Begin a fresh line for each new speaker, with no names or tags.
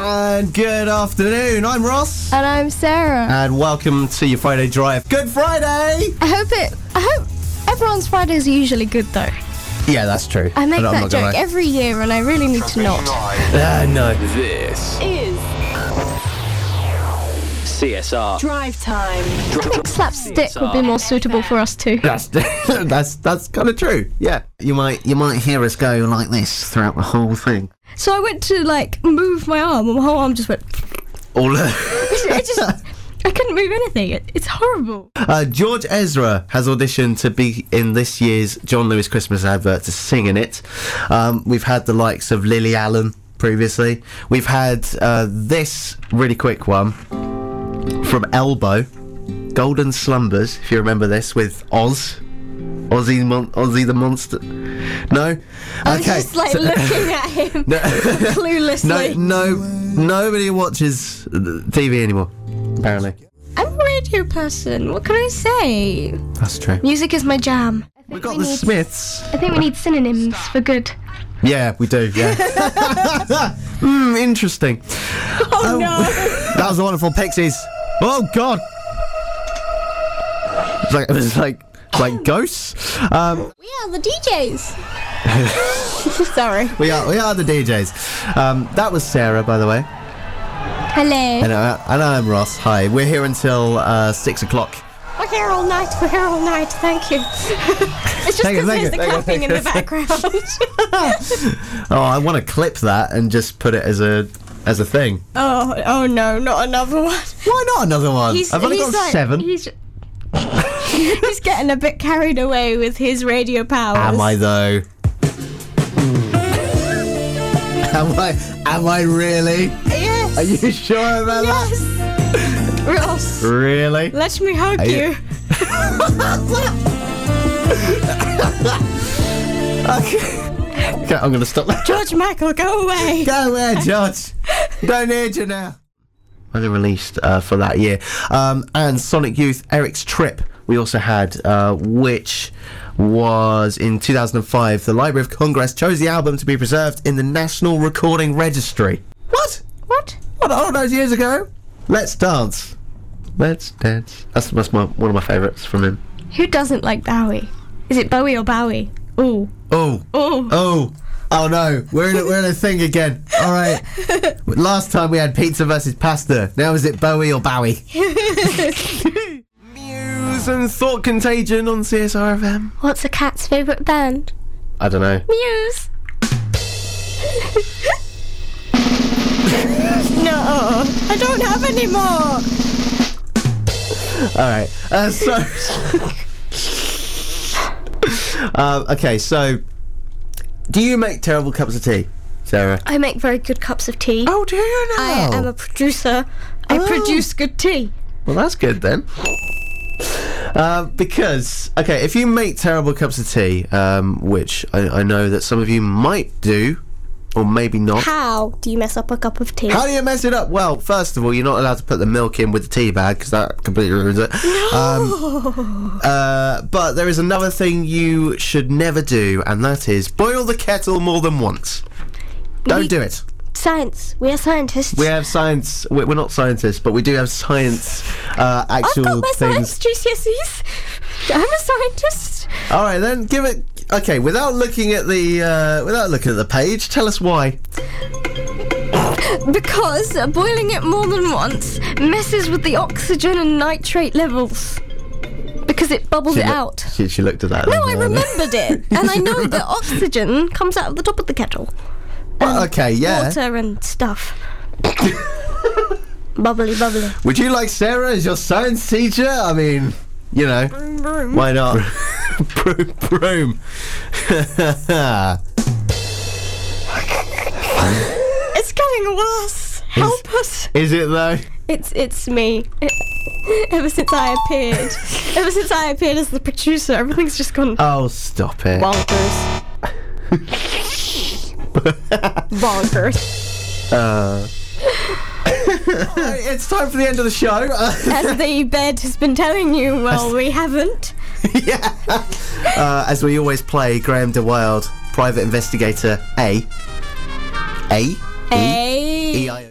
And good afternoon. I'm Ross.
And I'm Sarah.
And welcome to your Friday Drive. Good Friday!
I hope it. I hope everyone's Fridays are usually good though.
Yeah, that's true.
I make
I'm
that
not gonna
joke
lie.
every year, and I really need to not.
Ah, no.
This
is
CSR
drive time.
Dr- dr-
Slapstick would be more suitable for us too.
That's that's that's kind of true. Yeah.
You might you might hear us go like this throughout the whole thing.
So I went to like move my arm, and my whole arm just went.
All
It just. I couldn't move anything. It, it's horrible.
Uh, George Ezra has auditioned to be in this year's John Lewis Christmas advert to sing in it. Um, we've had the likes of Lily Allen previously. We've had uh, this really quick one from Elbow, Golden Slumbers, if you remember this, with Oz. Ozzy, Mon- Ozzy the Monster. No?
I was just like looking at him
no,
cluelessly.
no, nobody watches uh, TV anymore, apparently.
I'm a radio person. What can I say?
That's true.
Music is my jam.
We've got the Smiths.
I think we need synonyms for good.
Yeah, we do. Yeah. Hmm, interesting.
Oh, no!
That was the wonderful Pixies. Oh God. It's like it was like
Oh.
like ghosts. Um,
we are the DJs. Sorry.
we are we are the DJs. Um, that was Sarah, by the way,
Hello.
and, uh, and I'm Ross. Hi. We're here until uh, six o'clock.
We're here all night. We're here all night. Thank you. it's just
Thank you,
because
thank you,
there's the
thank you,
clapping in the
thank
background.
Oh, I want to clip that and just put it as a as a thing.
oh, oh no, not another one.
Why not another one? I've only got
like-
seven.
He's, he's getting a bit carried away with his radio powers.
Am I though? am I? Am I really?
Yes.
Are you sure about that?
Yes. Ross,
Really?
let me hug
you-
you.
Okay, I'm gonna stop that.
George Michael, go away.
Go away, George. Don't need you now. Well, they released uh, for that year. Um, and Sonic Youth, Eric's Trip, we also had, uh, which was in 2005. The Library of Congress chose the album to be preserved in the National Recording Registry. What?
What?
What, all those years ago? Let's Dance. Let's Dance. That's, that's my, one of my favourites from him.
Who doesn't like Bowie? Is it Bowie or Bowie? Ooh.
Oh.
Ooh.
Oh. Oh no, we're in a, we're in a thing again. All right. Last time we had pizza versus pasta. Now is it Bowie or Bowie? Muse and thought contagion on CSRFM.
What's a cat's favourite band?
I don't know.
Muse. no, I don't have any more.
All right. Uh, so. um, okay, so do you make terrible cups of tea, Sarah?
I make very good cups of tea.
Oh, do you know?
I am a producer. I
Oh.
produce good tea.
Well, that's good then. Uh, because okay, if you make terrible cups of tea, um, which I, I know that some of you might do, or maybe not.
How do you mess up a cup of tea?
How do you mess it up? Well, first of all, you're not allowed to put the milk in with the tea bag because that completely ruins it. Um, uh, but there is another thing you should never do, and that is boil the kettle more than once. Don't
We-
do it.
Science. We are scientists.
We have science. we- We're not scientists, but we do have science uh,
I've
actual
got my
things
science GCSEs. I'm a scientist.
All right, then give it. Okay, without looking at the uh, without looking at the page, tell us why.
Because boiling it more than once messes with the oxygen and nitrate levels. Because it bubbles it
loo-
out.
She, she looked at that.
No, I remembered it, and I know that oxygen comes out of the top of the kettle,
Well, okay, yeah.
water and stuff. bubbly, bubbly.
Would you like Sarah as your science teacher? I mean, you know, why not? broom, broom.
It's getting worse. Help us.
Is it though?
It's it's me. ever since I appeared, ever since I appeared as the producer, everything's just gone
Oh, stop it.
bonkers. bonkers.
Uh. it's time for the end of the show.
As the bed has been telling you, well, we haven't.
yeah. Uh, as we always play, Graham DeWild, Private Investigator A. A.
Hey.
E I O.